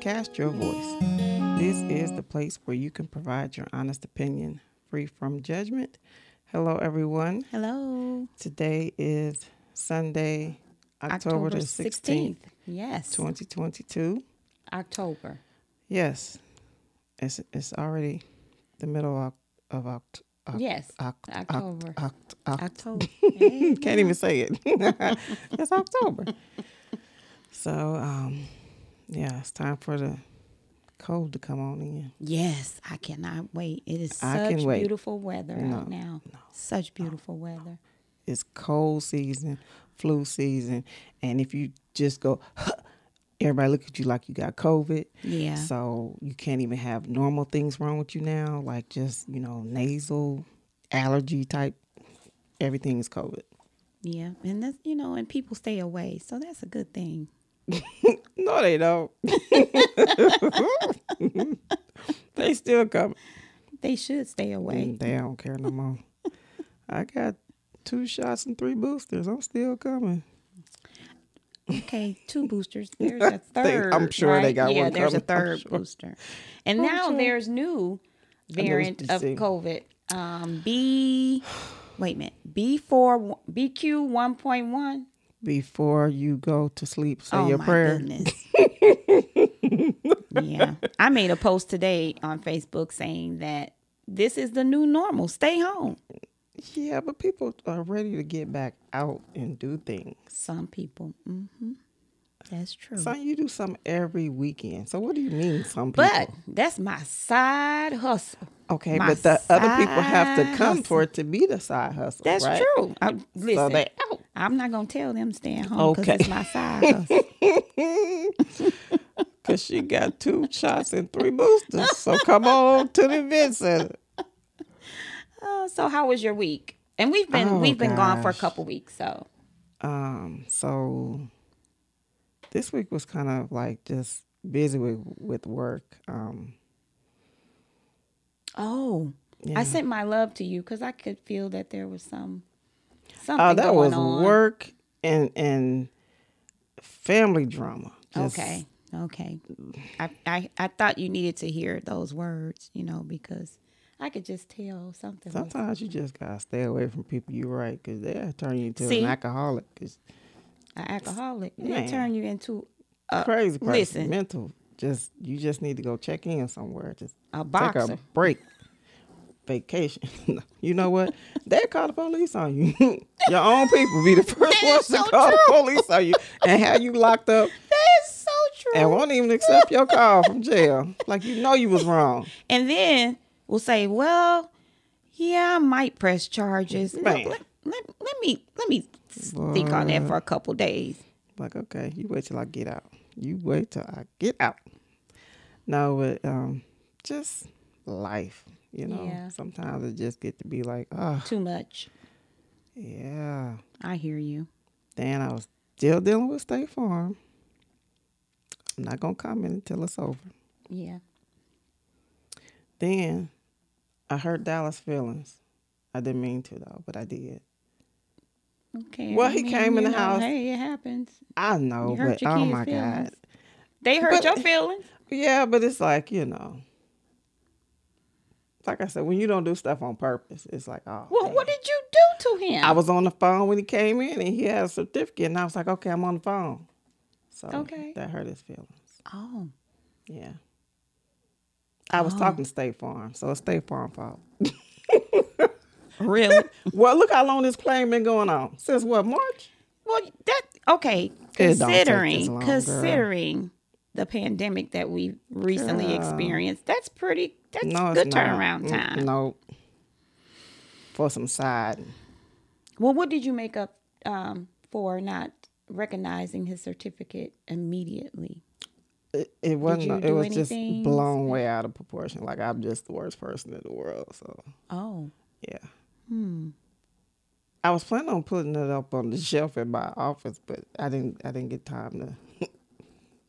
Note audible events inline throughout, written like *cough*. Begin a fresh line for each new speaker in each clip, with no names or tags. trust your voice. This is the place where you can provide your honest opinion free from judgment. Hello, everyone.
Hello.
Today is Sunday, October, the 16th,
Yes.
2022.
October.
Yes, it's, it's already the middle of, of Oct- Oct-
Yes.
Oct- Oct-
October.
Oct- Oct- *laughs*
October. Hey.
Can't even say it. *laughs* it's October. So, um, yeah, it's time for the cold to come on in.
yes, I cannot wait. It is
I
such
can wait.
beautiful weather out
No,
now. Such beautiful weather.
It's cold season, flu season, and if you just go, *laughs* everybody look at you like you got COVID.
Yeah.
So you can't even have normal things wrong with you now, like just you know nasal allergy type. Everything is COVID.
Yeah. And that's you know, and people stay away. So that's a good thing.
No, they don't. *laughs* they still come.
They should stay away.
Mm, They don't care no
*laughs*
more. I got two shots and three boosters. I'm still coming.
Okay, two
*laughs*
boosters. There's a
They-
third.
I'm sure they
right?
got
yeah,
one
there's a
coming, I'm
third
sure.
booster. And now there's new
know
variant
it's
of
the same.
COVID. Um, B, wait a minute. B four BQ one point one.
Before you go to sleep, say
oh
your
my
prayer. *laughs*
goodness. yeah, I made a post today on Facebook saying that this is the new normal. Stay home.
Yeah, but people are ready to get back out and do things.
Some people. hmm That's true.
So you do something every weekend. So what do you mean some people?
but that's my side hustle.
okay,
my
but the other people have to
side
come
hustle.
for it to be the side hustle.
That's
right?
true. I, listen,
they out.
I'm not gonna tell them staying home because
Okay.
it's my side
*laughs*
hustle.
*laughs* Cause she got two shots and three boosters. So come on to the event center.
Uh, so how was your week? And we've been
Oh,
we've been gone for a
gosh.
couple weeks. So
Um, so this week was kind of like just busy with, with work. Um,
oh, I sent my love to you because I could feel that there was some something
oh, that
going
was
on.
work and and family drama. Just-
Okay, okay. I, I I thought you needed to hear those words, you know, because I could just tell something. was-
Sometimes you just gotta stay away from people you right because they'll turn you into
See?
an alcoholic. It's
An alcoholic,
Man.
they turn you into a
crazy person.
Uh, listen.
Mental. Just you just need to go check in somewhere. Just
a
Take
boxer.
a break. Vacation. *laughs* you know what? They call the police on you. *laughs* Your own people
*laughs*
be the first ones to
so
call the police on you and have you locked up
That is so true.
and won't even accept your call from jail. Like you know you was wrong.
and then we'll say, "Well, yeah, I might press charges. Let,
Man.
let, let, let me let me think on that for a couple days."
Like okay, you wait till I get out. You wait till I get out. No, but um, just life. You know,
Yeah.
sometimes it just get to be like, oh
Too much.
yeah.
I hear you.
Then I was still dealing with State Farm. I'm not gonna comment until it's over.
Yeah.
Then I hurt Dallas' feelings. I didn't mean to though, but I did.
Okay.
Well, he came in
you
the house.
Hey, it happens.
I know,
You hurt
but
your
oh
kids'
my
feelings.
god,
They hurt
But-
your feelings.
yeah. But it's like you know, like I said, when you don't do stuff on purpose, it's like oh.
Well,
man.
what did you do to him?
I was on the phone when he came in, and he had a certificate, and I was like, okay, I'm on the phone. So
Okay.
that hurt his feelings.
Oh,
Yeah. I was talking to State Farm, so it's State Farm fault.
really?
well, look how long this claim been going on since what March?
well, that okay.
It don't take this
Considering
long, girl.
considering the pandemic that we recently experienced, that's pretty. That's good turnaround time.
No, Mm, for some side.
Well, what did you make up um, for not recognizing his certificate immediately?
It, it wasn't.
you
It
do
was
anything
just blown way out of proportion. Like I'm just the worst person in the world. So
Oh,
yeah. Hmm. I was planning on putting it up on the shelf in my office, but I didn't. I didn't get time to.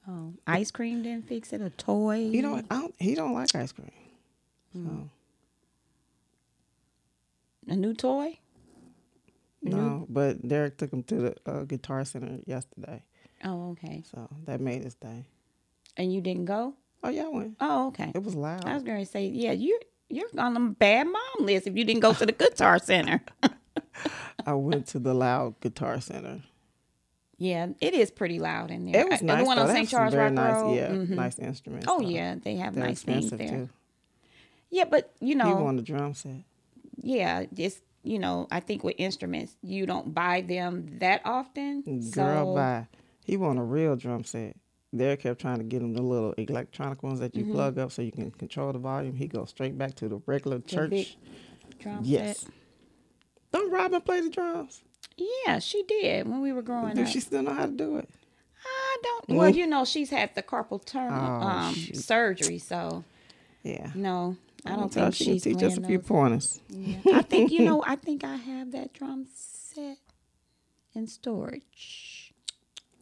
oh, ice cream didn't fix it. A toy.
You know, what? I don't, he don't like ice cream. So.
a new toy.
No, but Derek took him to the uh, guitar center yesterday,
Oh, okay.
so that made his day.
And you didn't go.
Oh, yeah, I went.
Oh, okay.
It was loud.
I was going to say, yeah, you you're on a bad mom list if you didn't go to the guitar center. *laughs*
I went to the loud guitar center.
yeah, it is pretty loud in there.
It was
I-
nice.
The one on
though. They have
St.
some
Charles
very
Rock
nice,
Road.
Yeah,
mhm.
nice instruments.
Oh
though.
yeah, they have
They're
nice things
expensive
there.
too.
Yeah, but you
You
know,
on the drum set.
yeah, just you know, I think with instruments you don't buy them that often.
Girl,
so
bye. He want a real drum set. Derek kept trying to get him the little electronic ones that you
Mm-hmm.
plug up so you can control the volume. He goes straight back to the regular church.
big drum
yes.
set.
Don't Robin play the drums?
Yeah, she did when we were growing
Do
up.
she still know how to do it?
I don't. Well, you know, she's had the carpal tunnel
Oh,
um,
shoot.
surgery, so
Yeah.
no, Mm, I don't
Tell her
think
she can
she's
teach us a
laying
few
those- Mm-hmm.
pointers.
Yeah. I think you
*laughs*
know. I think I have that drum set in storage.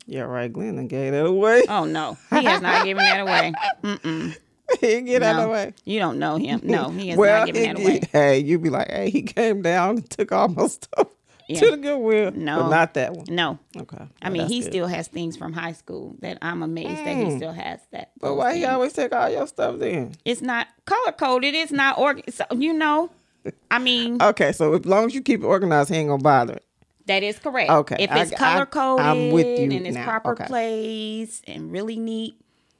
Yeah, right. Glenn done gave that away. *laughs*
Oh no, he has not given that away. Mm-mm.
he get out of
no.
the way.
You don't know him.
*laughs*
No, he has
well,
not given
he
that
did-
away.
Hey, you be like, hey, he came down and took all my *laughs* stuff
Yeah.
to the Goodwill.
No.
But not that one.
No.
Okay.
I
Well,
mean,
that's
he
good. Mm.
still has things from high school that I'm amazed that he still has that.
But
those
why he
things.
always take all your stuff then?
It's not color coded. It's not org. So, you know, I mean,
Okay, so as long as you keep it organized, he ain't gonna bother. it.
that is correct.
Okay,
If
I-
it's
I-
color coded
I'm with you
and it's
now.
proper
Okay.
place and really neat,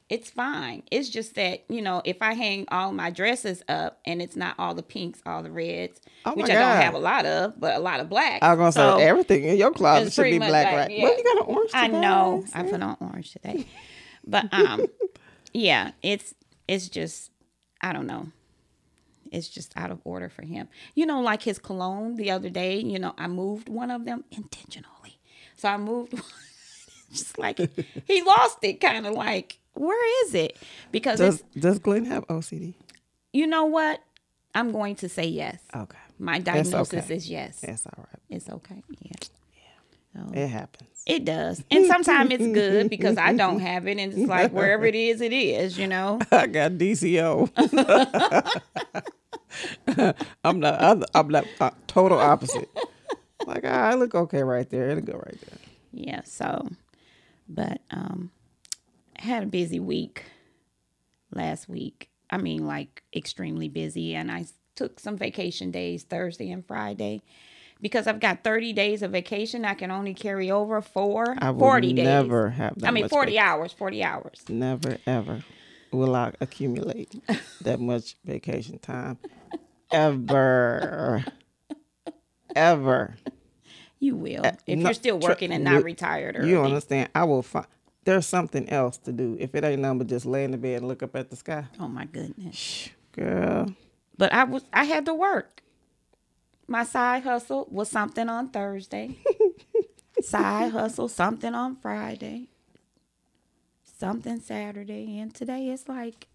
it's fine. It's just that, you know, if I hang all my dresses up and it's not all the pinks, all the reds,
Oh my
which I don't
God.
have a lot of, but a lot of black.
I was gonna
So-
say everything in your closet
it's
should
pretty
be
much
black,
like,
right?
yeah.
Well, you got an orange.
I
today.
know. I
See?
put on orange today. But um *laughs* yeah, it's it's just I don't know. It's just out of order for him. You know, like his cologne the other day, you know, I moved one of them intentionally. So I moved *laughs* one just like he lost it kind of like where is it? Because
Does
it's
Does Glenn have OCD?
you know what? I'm going to say yes.
Okay,
My
Oh, That's
diagnosis
okay.
is yes.
that's all right.
It's okay. Yeah. So-
It happens.
it does. And sometimes it's good because
*laughs*
I don't have it. And it's like wherever it is, it is, you know?
I got *laughs* DCO. I'm the other. I'm the uh, total opposite. Like I look okay right there. It'll go right there.
Yeah. So, but um, I had a busy week last week. I mean, like extremely busy. And I s- took some vacation days Thursday and Friday because I've got 30 days of vacation. I can only carry over four,
I will
40 days.
never have that.
I mean,
much
40 hours, 40 hours.
Never ever will I accumulate that much vacation time. Ever. ever.
You will if
Uh, no,
you're still
tr-
working and not
you-
retired early.
You don't understand. I will find there's something else to do. If it ain't nothing but just lay in the bed and look up at the sky.
oh, my goodness.
Shh, Girl.
but I was I had to work. My side hustle was something on
*laughs*
Thursday. side hustle something on Friday. Something Saturday and today it's like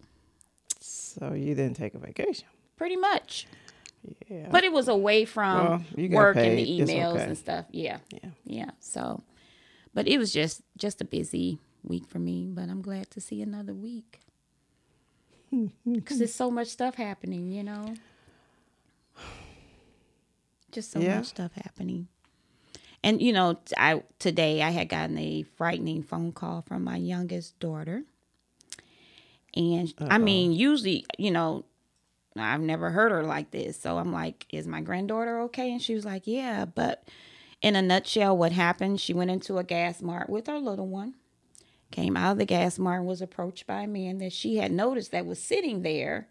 So you didn't take a vacation.
pretty much.
Yeah.
But it was away
Well,
from
you got
work and
paid.
the
It's
emails
okay.
and stuff. Yeah.
Yeah.
Yeah. So but it was just just a busy week for me, but I'm glad to see another week. Cuz there's so much stuff happening, you know. Just so
Yeah.
much stuff happening. And you know, t- I today I had gotten a frightening phone call from my youngest daughter. And I mean, usually, you know, I've never heard her like this. So I'm like, is my granddaughter okay? And she was like, yeah. But in a nutshell, what happened? She went into a gas mart with her little one, came out of the gas mart, was approached by a man that she had noticed that was sitting there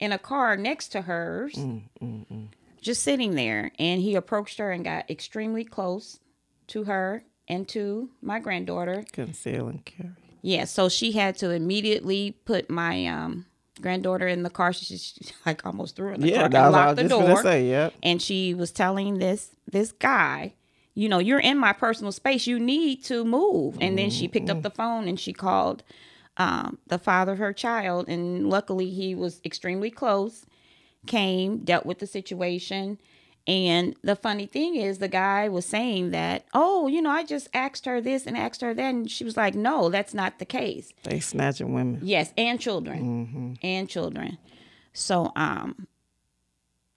in a car next to hers,
Mm,
just sitting there. And he approached her and got extremely close to her and to my granddaughter.
Conceal and carry.
Yeah, so she had to immediately put my um, granddaughter in the car. She, she like almost threw her in the
Yeah,
car
that's
and
what I
locked
was
the
just gonna
door.
say, yep.
And she was telling this this guy, you know, you're in my personal space. You need to move. And then she picked up the phone and she called um, the father of her child. And luckily, he was extremely close. Came, dealt with the situation. And the funny thing is, the guy was saying that, oh, you know, I just asked her this and asked her that. And she was like, no, that's not the case.
They snatching women. Mm-hmm.
Yes, and children. And children. So um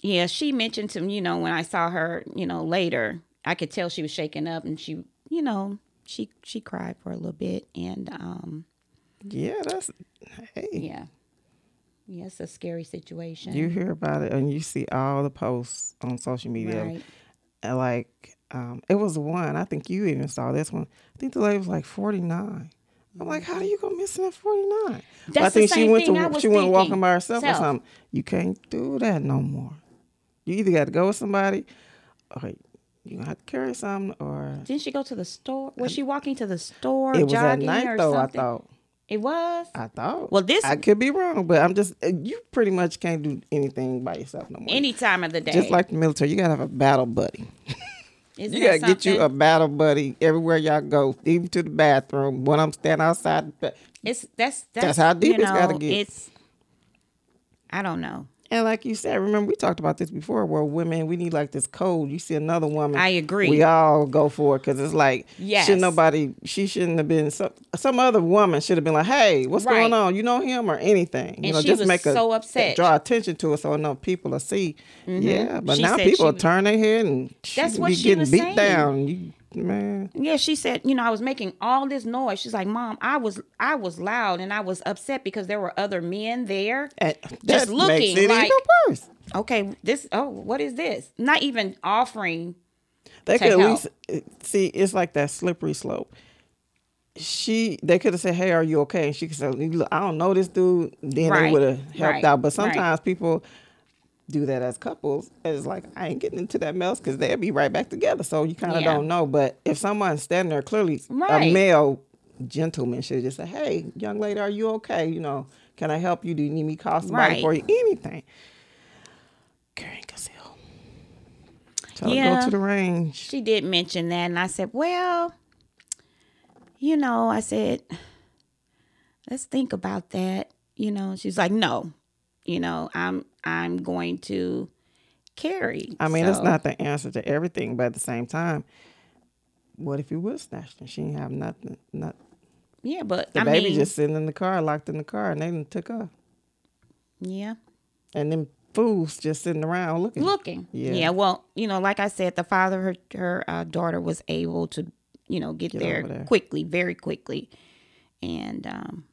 yeah, she mentioned to me, you know, when I saw her, you know, later, I could tell she was shaken up and she, you know, she she cried for a little bit and um
Yeah, that's hey.
Yeah. Yeah, it's a scary situation.
You hear about it and you see all the posts on social media.
Right.
And, Like um, it was one. I think you even saw this one. I think the lady was like forty nine. I'm like, how do you go missing at forty nine? I
That's the
think she
same
went
thing
to
I was
she went walking
thinking.
by herself or
Self.
something. You can't do that no more. You either got to go with somebody, or you gonna have to carry something, or
Didn't she go to the store? Was she walking to the store?
it was at
jogging or
night though.
something?
I thought.
It was.
I thought.
Well, this-
I could be wrong, but I'm just uh, you pretty much can't do anything by yourself no more.
Any time of the day.
just like the military, you gotta have a battle buddy.
Isn't
You gotta
that
get you a
something?
battle buddy everywhere y'all go, even to the bathroom. When I'm standing outside, the ba-
It's that's
That's how deep
you
it's gotta
know,
get.
It's. I don't know.
and like you said, remember we talked about this before, where women we need like this code. You see another woman,
I agree.
We all go for it because it's like,
Yes.
should nobody? She shouldn't have been some some other woman should have been like, hey, what's
Right.
going on? You know him or anything? you
And
know,
she
just
was
make a
so upset. Mm-hmm.
draw attention to it so enough people will see. Yeah, but
She
now
said
people
she-
turn their head and she
That's what
be
she
getting
was
beat
saying.
down. You man,
Yeah, she said, you know, I was making all this noise. She's like, "Mom, I was I was loud and I was upset because there were other men there."
and
Just
that
looking
makes it
like-
even worse.
Okay, this oh, what is this? Not even offering.
They
to
could at
help.
least uh, see it's like that slippery slope. She they could have said, "Hey, are you okay?" And she could say, "Look, I don't know this dude." Then they
Right,
would have helped
right,
out. But
right.
sometimes people do that as couples. And It's like I ain't getting into that mess because they'll be right back together. So you kind of
Yeah.
don't know. But if someone's standing there, clearly
Right.
a male gentleman should just say, "Hey, young lady, are you okay? You know, can I help you? Do you need me to call somebody
Right.
for you? Anything?" Karen Gazelle. Tell her
Yeah.
to go to the range.
She did mention that and I said, "Well, you know, I said, let's think about that." You know, she's like, "No. You know, I'm I'm going to carry."
I mean, it's
So,
not the answer to everything, but at the same time, what if you was snatched and she didn't have nothing? Not
Yeah, but
the
I
baby
mean,
just sitting in the car, locked in the car, and they done took her.
yeah.
And them fools just sitting around looking.
looking.
Yeah.
Yeah. Well, you know, like I said, the father of her her uh, daughter was able to, you know, get, there,
over there.
quickly, very quickly, and um,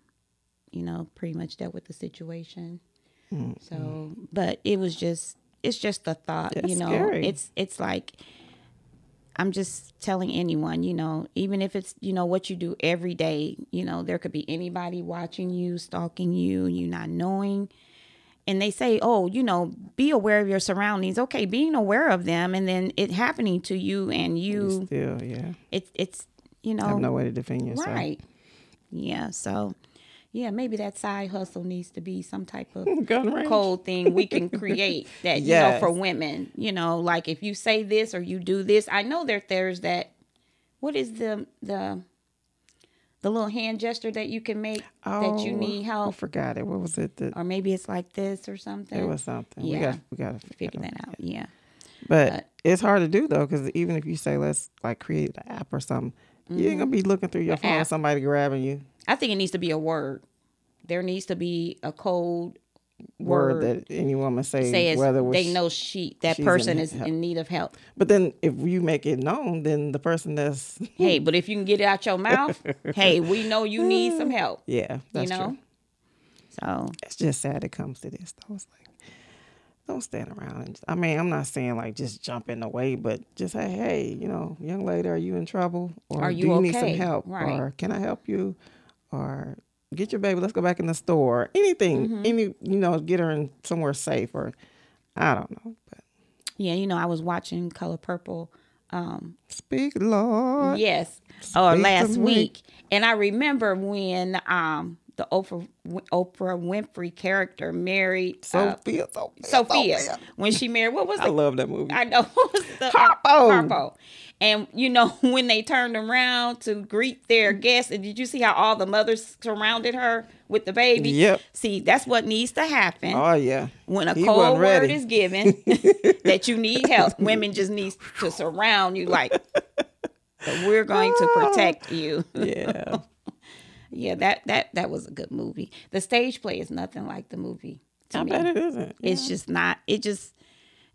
you know, pretty much dealt with the situation.
Mm-hmm.
So, but it was just, it's just the thought,
That's
you know,
scary.
it's it's like. I'm just telling anyone, you know, even if it's, you know, what you do every day, you know, there could be anybody watching you, stalking you, you not knowing and they say, oh, you know, be aware of your surroundings. Okay, being aware of them and then it happening to you and you,
Still, yeah.
it's, it's, you know,
Have no way to defend yourself.
right. Yeah. So, yeah, maybe that side hustle needs to be some type of
*laughs* Gun range.
cold thing
*laughs*
we can create that, you know,
Yes.
for women, you know, like if you say this or you do this, I know that there's that, what is the, the, the little hand gesture that you can make that you
Oh,
need
I
help,
forgot it. What was it? That
or maybe it's like this or something.
it was something.
Yeah.
We got we got to
figure that out. Yeah.
But,
But-
it's hard to do though, because even if you say let's like create an app or something, you ain't gonna be looking through your phone,
Mm-hmm. app.
somebody grabbing you.
I think it needs to be a word. There needs to be a code
Word,
word,
that any woman say,
says
whether it was
they know she that
she's
person
in
is
help.
in need of help.
But then if you make it known, then the person that's *laughs*
hey, but if you can get it out your mouth, *laughs* hey, we know you need some help.
yeah, that's
you know.
true.
Hmm. So
It's just sad it comes to this. though. It's like, don't stand around. And, I mean, I'm not saying like just jump in the way, but just say, hey, you know, young lady, are you in trouble? Or
Are
do
you
you need some
okay?
help?
Right.
Or can I help you? Or get your baby. Let's go back in the store. Anything.
Mm-hmm.
Any you know, get her in somewhere safe. Or I don't know. But
yeah, you know, I was watching Color Purple. Um,
speak, Lord.
yes, or
Speak to
last
me.
week, and I remember when um the Oprah Oprah Winfrey character married uh,
Sophia, Sophia,
Sophia when she married what was
I
the
love that movie.
I know. *laughs* It's the, uh,
Harpo.
Harpo. And you know *laughs* when they turned around to greet
Mm-hmm.
their guests, and did you see how all the mothers surrounded her with the baby?
Yep.
See, that's what needs to happen
oh
*laughs*
yeah.
when a
He
cold
wasn't
word
ready. *laughs*
is given that you need help. Women just need to surround you like. "But We're going to
*laughs*
protect you. *laughs*
Yeah.
Yeah, that that that was a good movie. The stage play is nothing like the movie. To
I
me.
bet it isn't.
It's just not. It just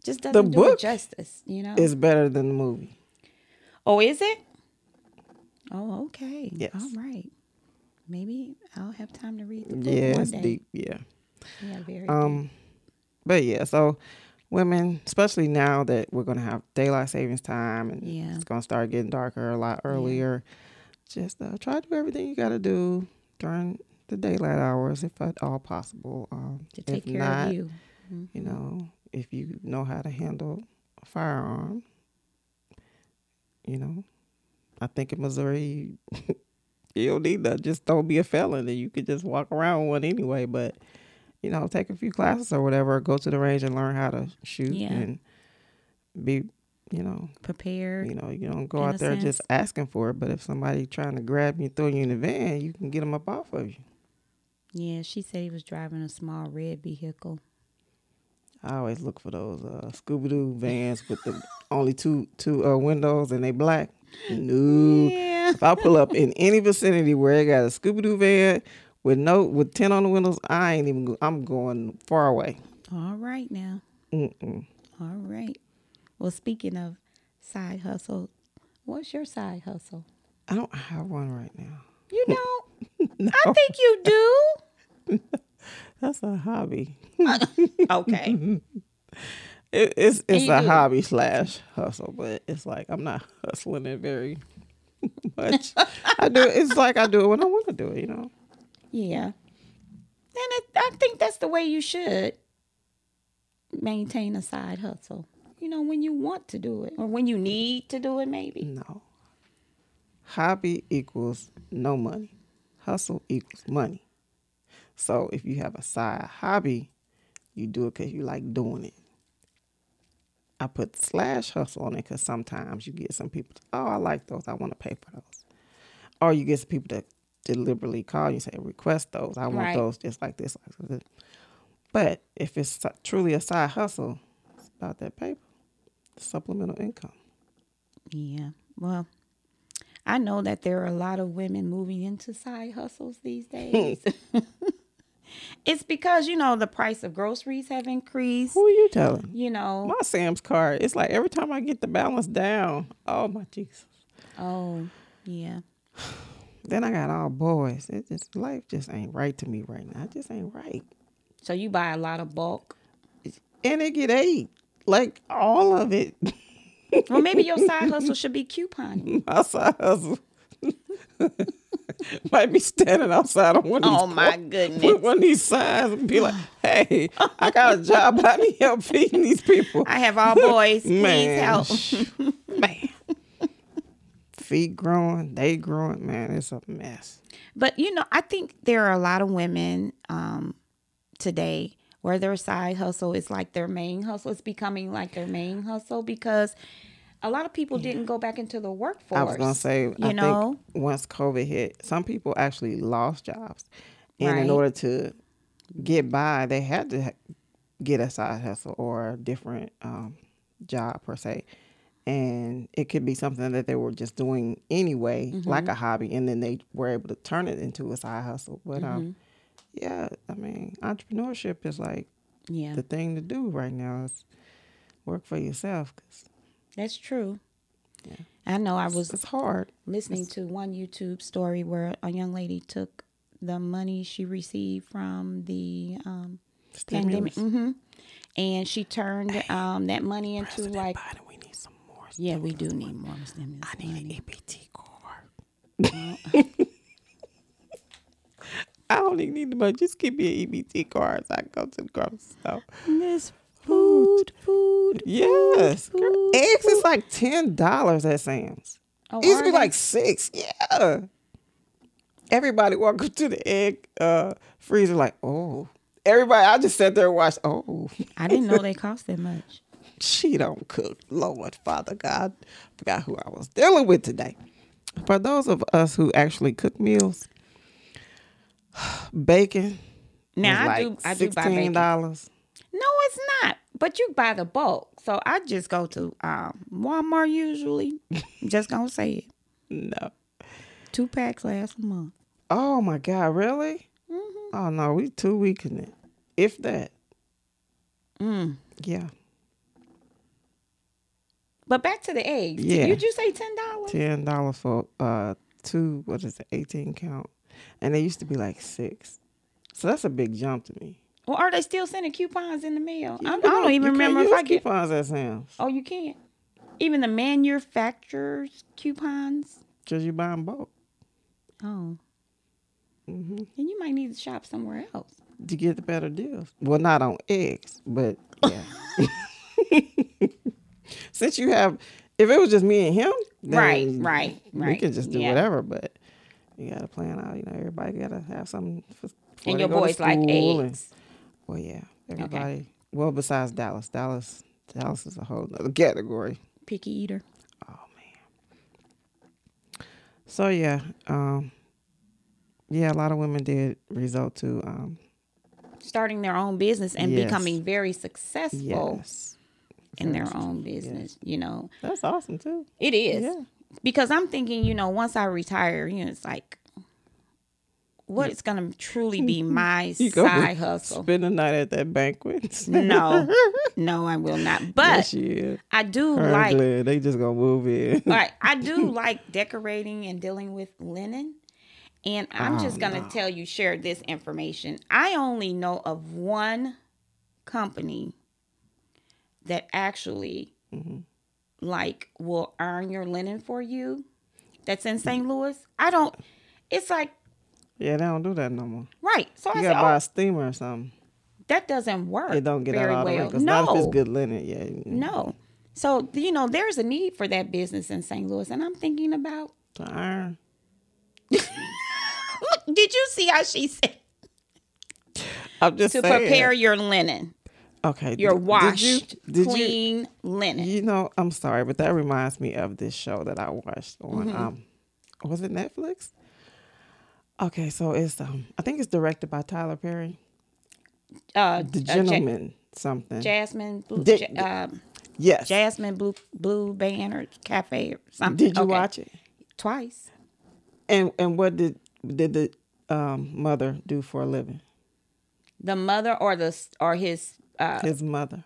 just doesn't do
book
it justice. You know.
It's better than the movie.
Oh, is it? Oh, okay.
Yes.
All right. maybe I'll have time to read the book
Yeah,
one
it's
day.
deep. Yeah.
Yeah, very deep.
Um, but yeah, so women, especially now that we're gonna have daylight savings time and
Yeah.
it's gonna start getting darker a lot earlier, just uh, try to do everything you gotta do during the daylight hours, if at all possible. Um,
to
if
take care
not,
of you.
you know, if you know how to handle a firearm, you know, I think in Missouri, *laughs* you don't need that. Just don't be a felon and you could just walk around with one anyway. But, you know, take a few classes or whatever, go to the range and learn how to shoot
Yeah.
and be, you know,
Prepared.
you know, you don't go
In a
out there just
sense.
asking for it. But if somebody trying to grab you, throw you in the van, you can get them up off of you.
Yeah, she said he was driving a small red vehicle.
I always look for those uh, Scooby Doo vans with the only two two uh, windows and they black. No,
Yeah.
if I pull up in any vicinity where they got a Scooby Doo van with no with ten on the windows, I ain't even. go- I'm going far away.
All right now.
Mm-mm.
All right. Well, speaking of side hustle, what's your side hustle?
I don't have one right now. *laughs*
You don't. I think you do.
That's a hobby.
Okay.
It, it's it's
you
a
do.
hobby slash hustle, but it's like I'm not hustling it very *laughs* much. I do. It's like I do it when I want to do it. You know.
Yeah. And it, I think that's the way you should maintain a side hustle. You know, when you want to do it or when you need to do it, maybe.
No. Hobby equals no money. Hustle equals money. So if you have a side hobby, you do it because you like doing it. I put slash hustle on it because sometimes you get some people, oh, I like those. I want to pay for those. Or you get some people that deliberately call you and say, request those. I want
Right.
those just like this. like this. But if it's su- truly a side hustle, it's about that paper, supplemental income.
Yeah. Well, I know that there are a lot of women moving into side hustles these *laughs* days. it's because, you know, the price of groceries have increased.
Who are you telling?
You know,
My Sam's card. It's like every time I get the balance down. Oh my Jesus.
oh, yeah.
Then I got all boys. It just life just ain't right to me right now. It just ain't right.
So you buy a lot of bulk.
And it get eight. Like all of it. *laughs*
Well, maybe your side hustle should be couponing.
My side hustle. *laughs* Might be standing outside on one of these
*laughs* Oh my
cor-
goodness.
With *laughs* one of these signs and
*gasps*
be like, hey, I got a job. I need help *laughs* feeding these people.
I have all boys.
*laughs*
Please
Man.
help.
man. Feet growing, they growing, man. It's a mess.
*laughs* But you know, I think there are a lot of women um, today where their side hustle is like their main hustle. It's becoming like their main hustle because a lot of people didn't go back into the workforce.
I was gonna say,
you
I
know,
think once COVID hit, some people actually lost jobs, and
Right.
in order to get by, they had to ha- get a side hustle or a different um, job per se, and it could be something that they were just doing anyway,
Mm-hmm.
like a hobby, and then they were able to turn it into a side hustle. But um, yeah, I mean, entrepreneurship is like
Mm-hmm. yeah,
the thing to do right now. Is work for yourself 'cause
that's true. I know. I was
it's hard.
listening to one YouTube story where a young lady took the money she received from the um, pandemic,
Stimulus.
hmm and she turned um, that money into like,
Biden, we need some more.
yeah, we do need more stimulus. I *laughs*
need an E EBT card. *laughs* I don't even need the money. Just give me an EBT card so I can go to the grocery store.
Miss food, food.
Yes. girl.
food,
Eggs is like $10 at Sam's.
Oh,
It used to
are
be
they?
like six. Yeah. Everybody walk up to the egg uh, freezer like, oh. Everybody, I just sat there and watched, oh. *laughs*
I didn't *laughs* know they cost that much.
she don't cook. Lord, Father God, forgot who I was dealing with today. For those of us who actually cook meals, *sighs* bacon. was
Now I
like
do, I do buy bacon. No,
dollars.
it's not. But you buy the bulk, so I just go to um, Walmart *laughs* usually. just gonna say it.
No.
Two packs last month.
Oh my God, really?
Mm-hmm.
Oh no, we too weak in it, if that.
Mm.
Yeah,
But back to the eggs.
Yeah.
Did you say ten dollars?
ten dollars for uh two. What is it? Eighteen count. and they used to be like six. So that's a big jump to me.
Well, are they still sending coupons in the mail?
You
I'm- I,
don't-
don't even
you can't
remember if
use
I get.
coupons at Sam's
Oh, you can't. Even the manufacturers coupons.
because you buy them bulk
Oh.
Mm-hmm.
Then you might need to shop somewhere else.
to get the better deals. Well, not on eggs, but yeah. *laughs* Since you have, if it was just me and him, then
Right, right,
We
right.
could just do
Yeah.
whatever, but you gotta plan out. You know, everybody gotta have something. For, before
and
they
your
go to
boys like
school and-
eggs.
Well, yeah, everybody. Well, besides Dallas, Dallas, Dallas is a whole other category.
Picky eater.
Oh man. So yeah, um, yeah, a lot of women did resort to um,
Starting their own business and
Yes.
becoming very successful
yes,
in their own business, you know.
that's awesome too.
It is.
Yeah.
Because I'm thinking, you know, once I retire, you know, it's like what is gonna truly be my
*laughs* You go
side
*laughs*
hustle.
Spend the night at that banquet.
No, no, I will not.
*laughs* yes,
But
yeah.
I do
Her and
like
Glenn, they just gonna move
*laughs*
in.
All right.
*laughs*
I do like decorating and dealing with linen. And
Oh,
I'm just going to tell you, share this information. I only know of one company that actually
Mm-hmm.
like will earn your linen for you that's in St. Louis. I don't, it's like,
yeah, they don't do that no more.
right. So I
You
said,
gotta buy
oh,
a steamer or something.
that doesn't work.
It don't get
very
out all the way.
well.
'cause
no.
not if it's good linen. Yeah,
No. So, you know, there's a need for that business in St. Louis. And I'm thinking about
to iron.
Look, did you see how she said
I'm just
to
saying.
prepare your linen,
Okay, did- did
your
you-
washed,
did you-
clean linen?
You know, I'm sorry, but that reminds me of this show that I watched
Mm-hmm.
on um was it Netflix? Okay, so it's um I think it's directed by Tyler Perry.
uh,
The
uh, Ja-
Gentleman something.
Jasmine Blue,
Dick-
Ja- um,
yes.
Jasmine Blue Blue Band or Cafe or something.
did you
Okay.
watch it?
twice?
And and what did did the um mother do for a living?
The mother or the s- or his uh,
His mother.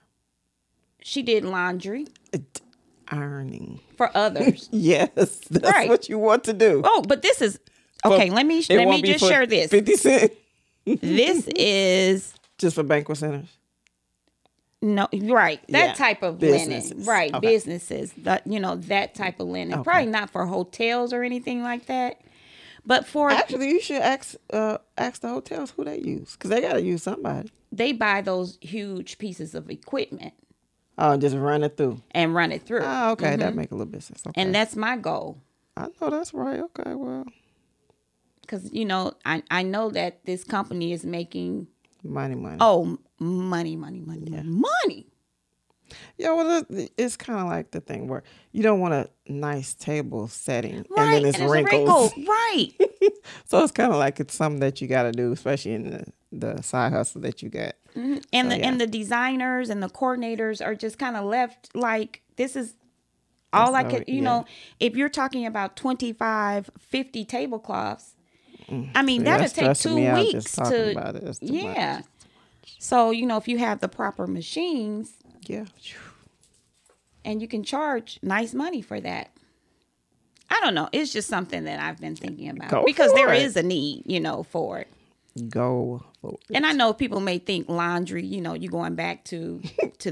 she did laundry
It- ironing.
for others.
*laughs* Yes, that's
Right.
what you want to do.
oh, but this is okay. let me
It
let me
won't be
just
for *laughs*
share this.
Fifty cent
This is
just for banquet centers.
No, right. That
Yeah.
type of linen.
Businesses.
Right.
Okay.
Businesses. That you know, that type of linen. Probably not for hotels or anything like that. But for
Actually, you should ask uh, ask the hotels who they use because they gotta use somebody.
they buy those huge pieces of equipment
Oh, just run it through.
and run it through.
Oh, okay, that make a little bit sense. Okay.
Mm-hmm. and that's my goal.
I know that's right. Okay, well,
Cause you know, I, I know that this company is making
money, money.
oh money, money, money, money.
Yeah, well, it- it's kind of like the thing where you don't want a nice table setting,
Right.
and then it's
there's a
wrinkles.
wrinkle. Right.
So it's kind of like it's something that you got to do, especially in the, the side hustle that you got. Oh,
and the and the designers and the coordinators are just kind of left like this is all I
how
could
it-
you
yeah.
know if you're talking about 25 50 tablecloths I mean that'll
Mm. That's
take
stressing
2
me out
weeks
just talking
to
about it. That's too much.
yeah so you know if you have the proper machines
Yeah. Phew.
and you can charge nice money for that I don't know it's just something that I've been thinking about
Go
because
for
there is
it.
a need you know for it
Go for it.
and I know people may think laundry, you know, you going back to to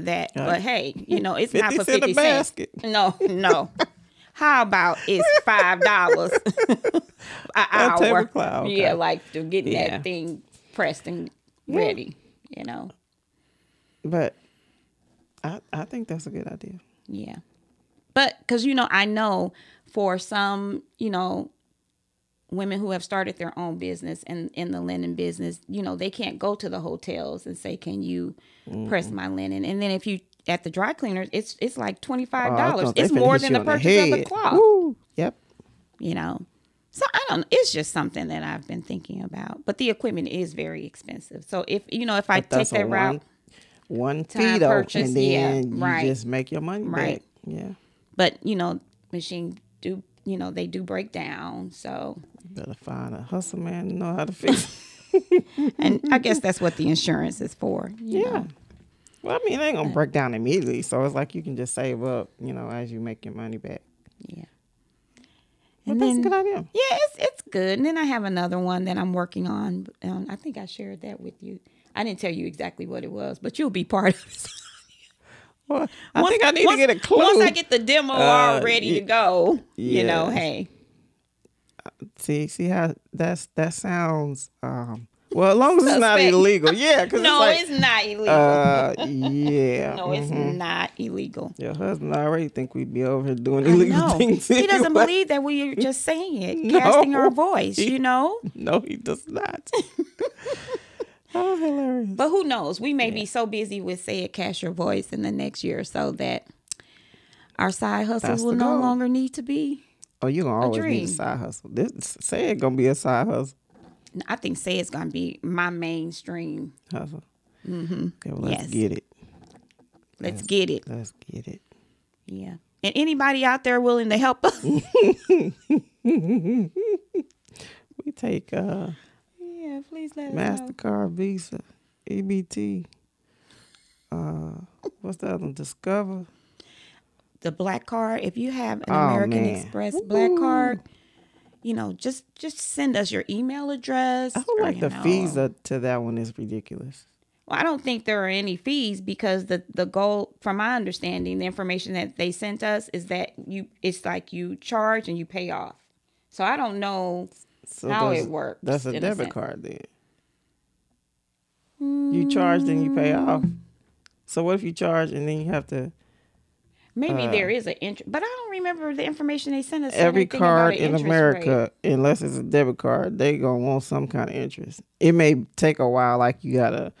*laughs*
that, but hey, you know, it's not
50
for
cent a
fifty cents.
basket.
No, no. How about
*laughs*
it's five dollars an hour?
tablecloth, okay.
Yeah, like to getting
Yeah.
that thing pressed and ready. You know,
But I I think that's a good idea.
yeah. But because you know, I know for some, you know, women who have started their own business and in the linen business, you know, they can't go to the hotels and say, "Can you press my linen?" And then if you at the dry cleaners, it's it's like twenty
Oh,
five
I
dollars.
thought they
it's
finna
more
hit
than
you
the
on
purchase of the
head.
cloth,
Woo. Yep.
you know. So I don't. It's just something that I've been thinking about. But the equipment is very expensive. So if you know, if I
But
take
that's a
that route,
One, one
Time
feed out,
purchase,
and
yeah,
then you
right.
just make your money
Right.
back. Yeah.
but you know, machine do you know they do break down. So
Better find a hustle man to know how to *laughs* fix. it.
and I guess that's what the insurance is for. You
Mm-hmm. yeah.
know?
Well, I mean, it ain't gonna break down immediately, so it's like you can just save up, you know, as you make your money back.
Yeah.
But
And
that's
then-
a good idea.
Yeah, it's it's good. And then I have another one that I'm working on. Um, I think I shared that with you. I didn't tell you exactly what it was, but you'll be part of it.
Well, I think I need to get a clue.
Once I get the demo all
Uh,
ready to
y-
go, you know,
yes.
hey,
see, see how that's that sounds. Um, well, as long as it's not
Suspect.
illegal, yeah. Cause
no,
it's like,
it's not illegal.
uh, yeah.
no, it's
mhm.
not illegal.
Your husband already think we'd be over here doing
I
illegal
know.
things.
He doesn't
anyway.
believe that we are just saying
*laughs*
it,
No.
casting our voice, you know?
*laughs* No, he does
*laughs*
not. oh, hilarious.
But who knows? We may be so busy with say it cash your voice in the next year or so that our side hustle
That's
will
the
no
goal.
longer need to be.
Oh, you gonna always need
dream.
a side hustle. This say it gonna be a side hustle.
I think say it's gonna be my mainstream.
Hustle. Okay, well, let's
Mm-hmm. Yes.
get it.
Let's get it.
Let's get it.
Yeah. And anybody out there willing to help us?
We take uh
yeah, please let us know.
Mastercard, Visa, EBT. Uh, what's the other? one? Discover.
The black card. If you have an
Oh,
American
man.
Express black
Ooh.
card, you know, just just send us your email address.
I don't
or,
like
you
the
know,
fees up to that one is ridiculous.
Well, I don't think there are any fees because the the goal, from my understanding, the information that they sent us is that you it's like you charge and you pay off. So I don't know
So
how
those-
it works.
That's
in
a debit
sense.
card then. You charge, then you pay off. So what if you charge and then you have to?
Maybe there is an interest, but I don't remember the information they sent us. said
Uh. every
anything about
card
an
in
interest rate.
America, unless it's a debit card, they gonna want some kind of interest. It may take a while, like you got a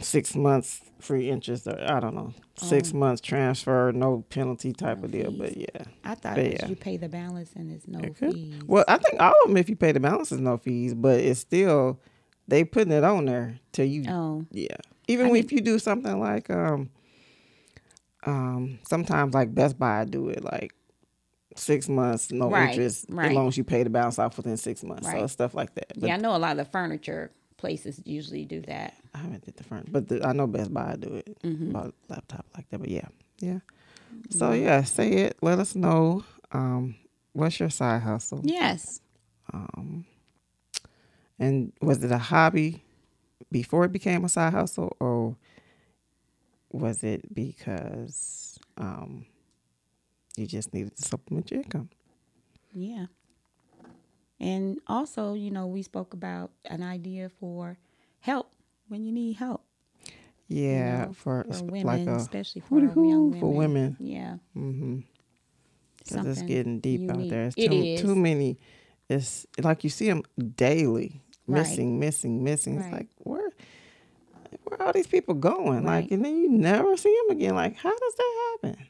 six months free interest, or I don't know,
Oh.
six months transfer, no penalty type of deal. But yeah,
I thought
But
it was
yeah.
you pay the balance and it's no
it could-
fees.
Well, I think all of them, if you pay the balance, is no fees, but it's still they putting it on there till you.
Oh,
Yeah, even when- if you do something like um, um, sometimes like Best Buy I do it like six months no
Right,
interest
right.
as long as you pay the balance off within six months. So
Right.
it's stuff like that. But
yeah, I know a lot of the furniture places usually do that.
I haven't did the front, but the, I know Best Buy do it
Mm-hmm.
about laptop like that. But yeah, yeah. So yeah, say it. Let us know. Um, what's your side hustle?
Yes,
Um, and was it a hobby before it became a side hustle, or was it because um, you just needed to supplement your income?
Yeah. And also, you know, we spoke about an idea for help when you need help. you
Yeah,
know,
for,
for
sp-
women,
like a
especially for our young women.
for women.
Yeah.
Mm-hmm. Cause it's
something
getting deep out
unique.
there. It's
It
too, too
is.
many. It's like you see them daily,
Right.
missing, missing, missing. It's
Right.
like where, where are all these people going?
Right.
Like, and then you never see them again. Like, how does that happen?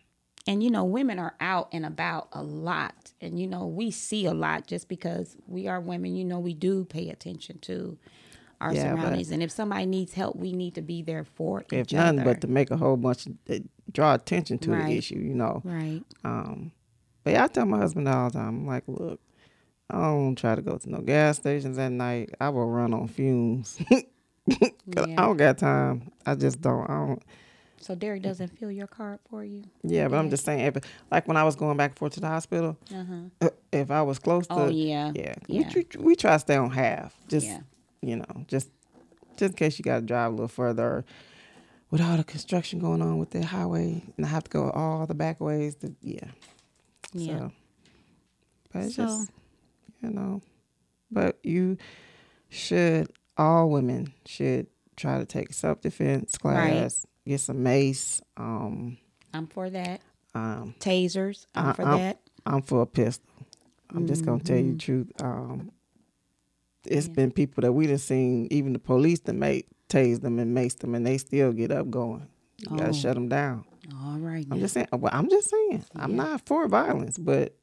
And you know, women are out and about a lot. And you know, we see a lot just because we are women, you know, we do pay attention to our
Yeah, but-
surroundings. And if somebody needs help, we need to be there for
If
each
nothing
other.
but to make a whole bunch, of, uh, draw attention to
Right.
the issue, you know.
right.
Um, but yeah, I tell my husband all the time, I'm like, look, I don't try to go to no gas stations at night. I will run on fumes. *laughs* 'Cause I
Yeah.
don't got time. I just don't. I don't.
So Derek doesn't fill your card for you.
Yeah, but I'm just saying, if, like when I was going back and forth to the hospital,
Uh-huh.
uh, if I was close to,
Oh yeah.
yeah,
Yeah.
We, tr- we try to stay on half, just
Yeah.
you know, just just in case you got to drive a little further. Or with all the construction going on with the highway, and I have to go all the back ways. To, yeah,
Yeah.
So, but it's
So-
just you know, but you should all women should try to take self defense class, get some mace. Um,
I'm for that.
um,
Tasers. I'm
I-
for
I'm-
that.
I'm for a pistol. I'm just gonna tell you the truth. Um, it's
Mm-hmm. Yeah.
been people that we done seen, even the police, that make tase them and mace them, and they still get up going. You gotta
Oh.
'em shut them down.
All right.
I'm
now.
just saying. Well, I'm just saying. I'm not for violence, but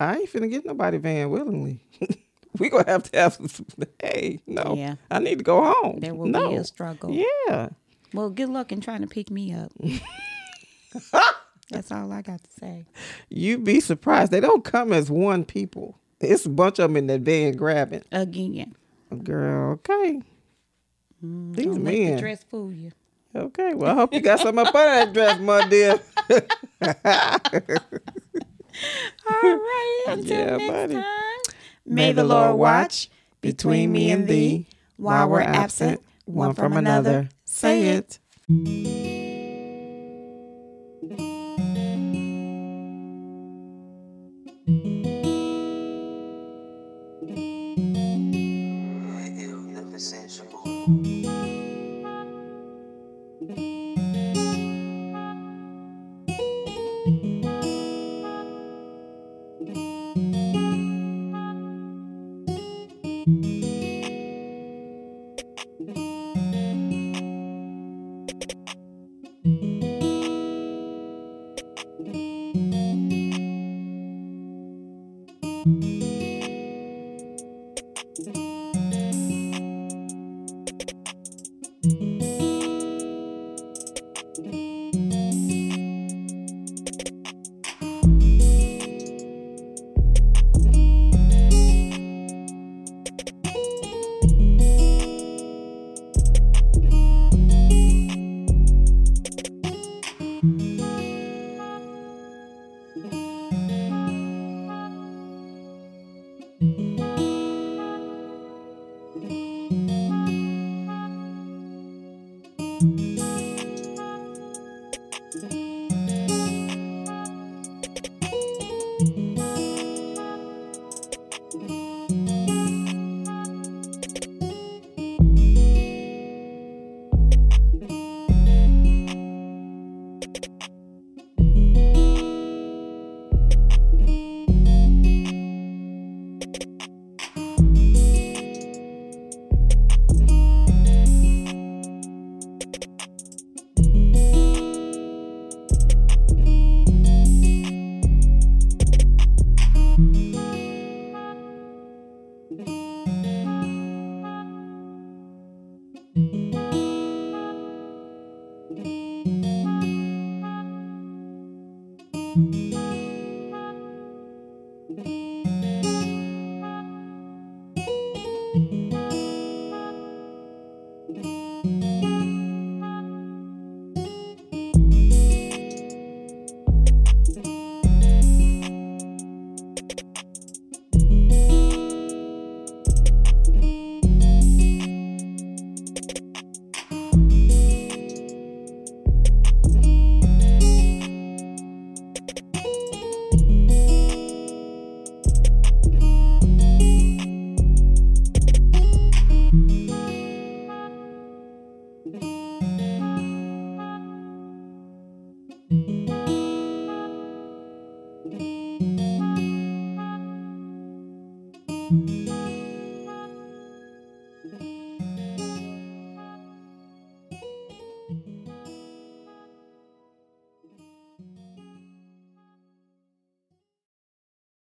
I ain't finna get nobody van willingly. *laughs* we gonna have to have. Some, hey, no.
Yeah.
I need to go home.
There will
no.
be a struggle.
Yeah.
Well, good luck in trying to pick me up. That's all I got to say.
You'd be surprised. They don't come as one people. It's a bunch of them in that van grabbing.
Again.
Girl, okay. These
Mm, Don't let the
men.
dress fool *laughs* you.
Okay, well, I hope you got some up under that dress,
*laughs*
my dear.
All right. Until
Yeah,
next
buddy.
time. May the Lord watch between me and thee while we're absent one from another. Say it.
thank you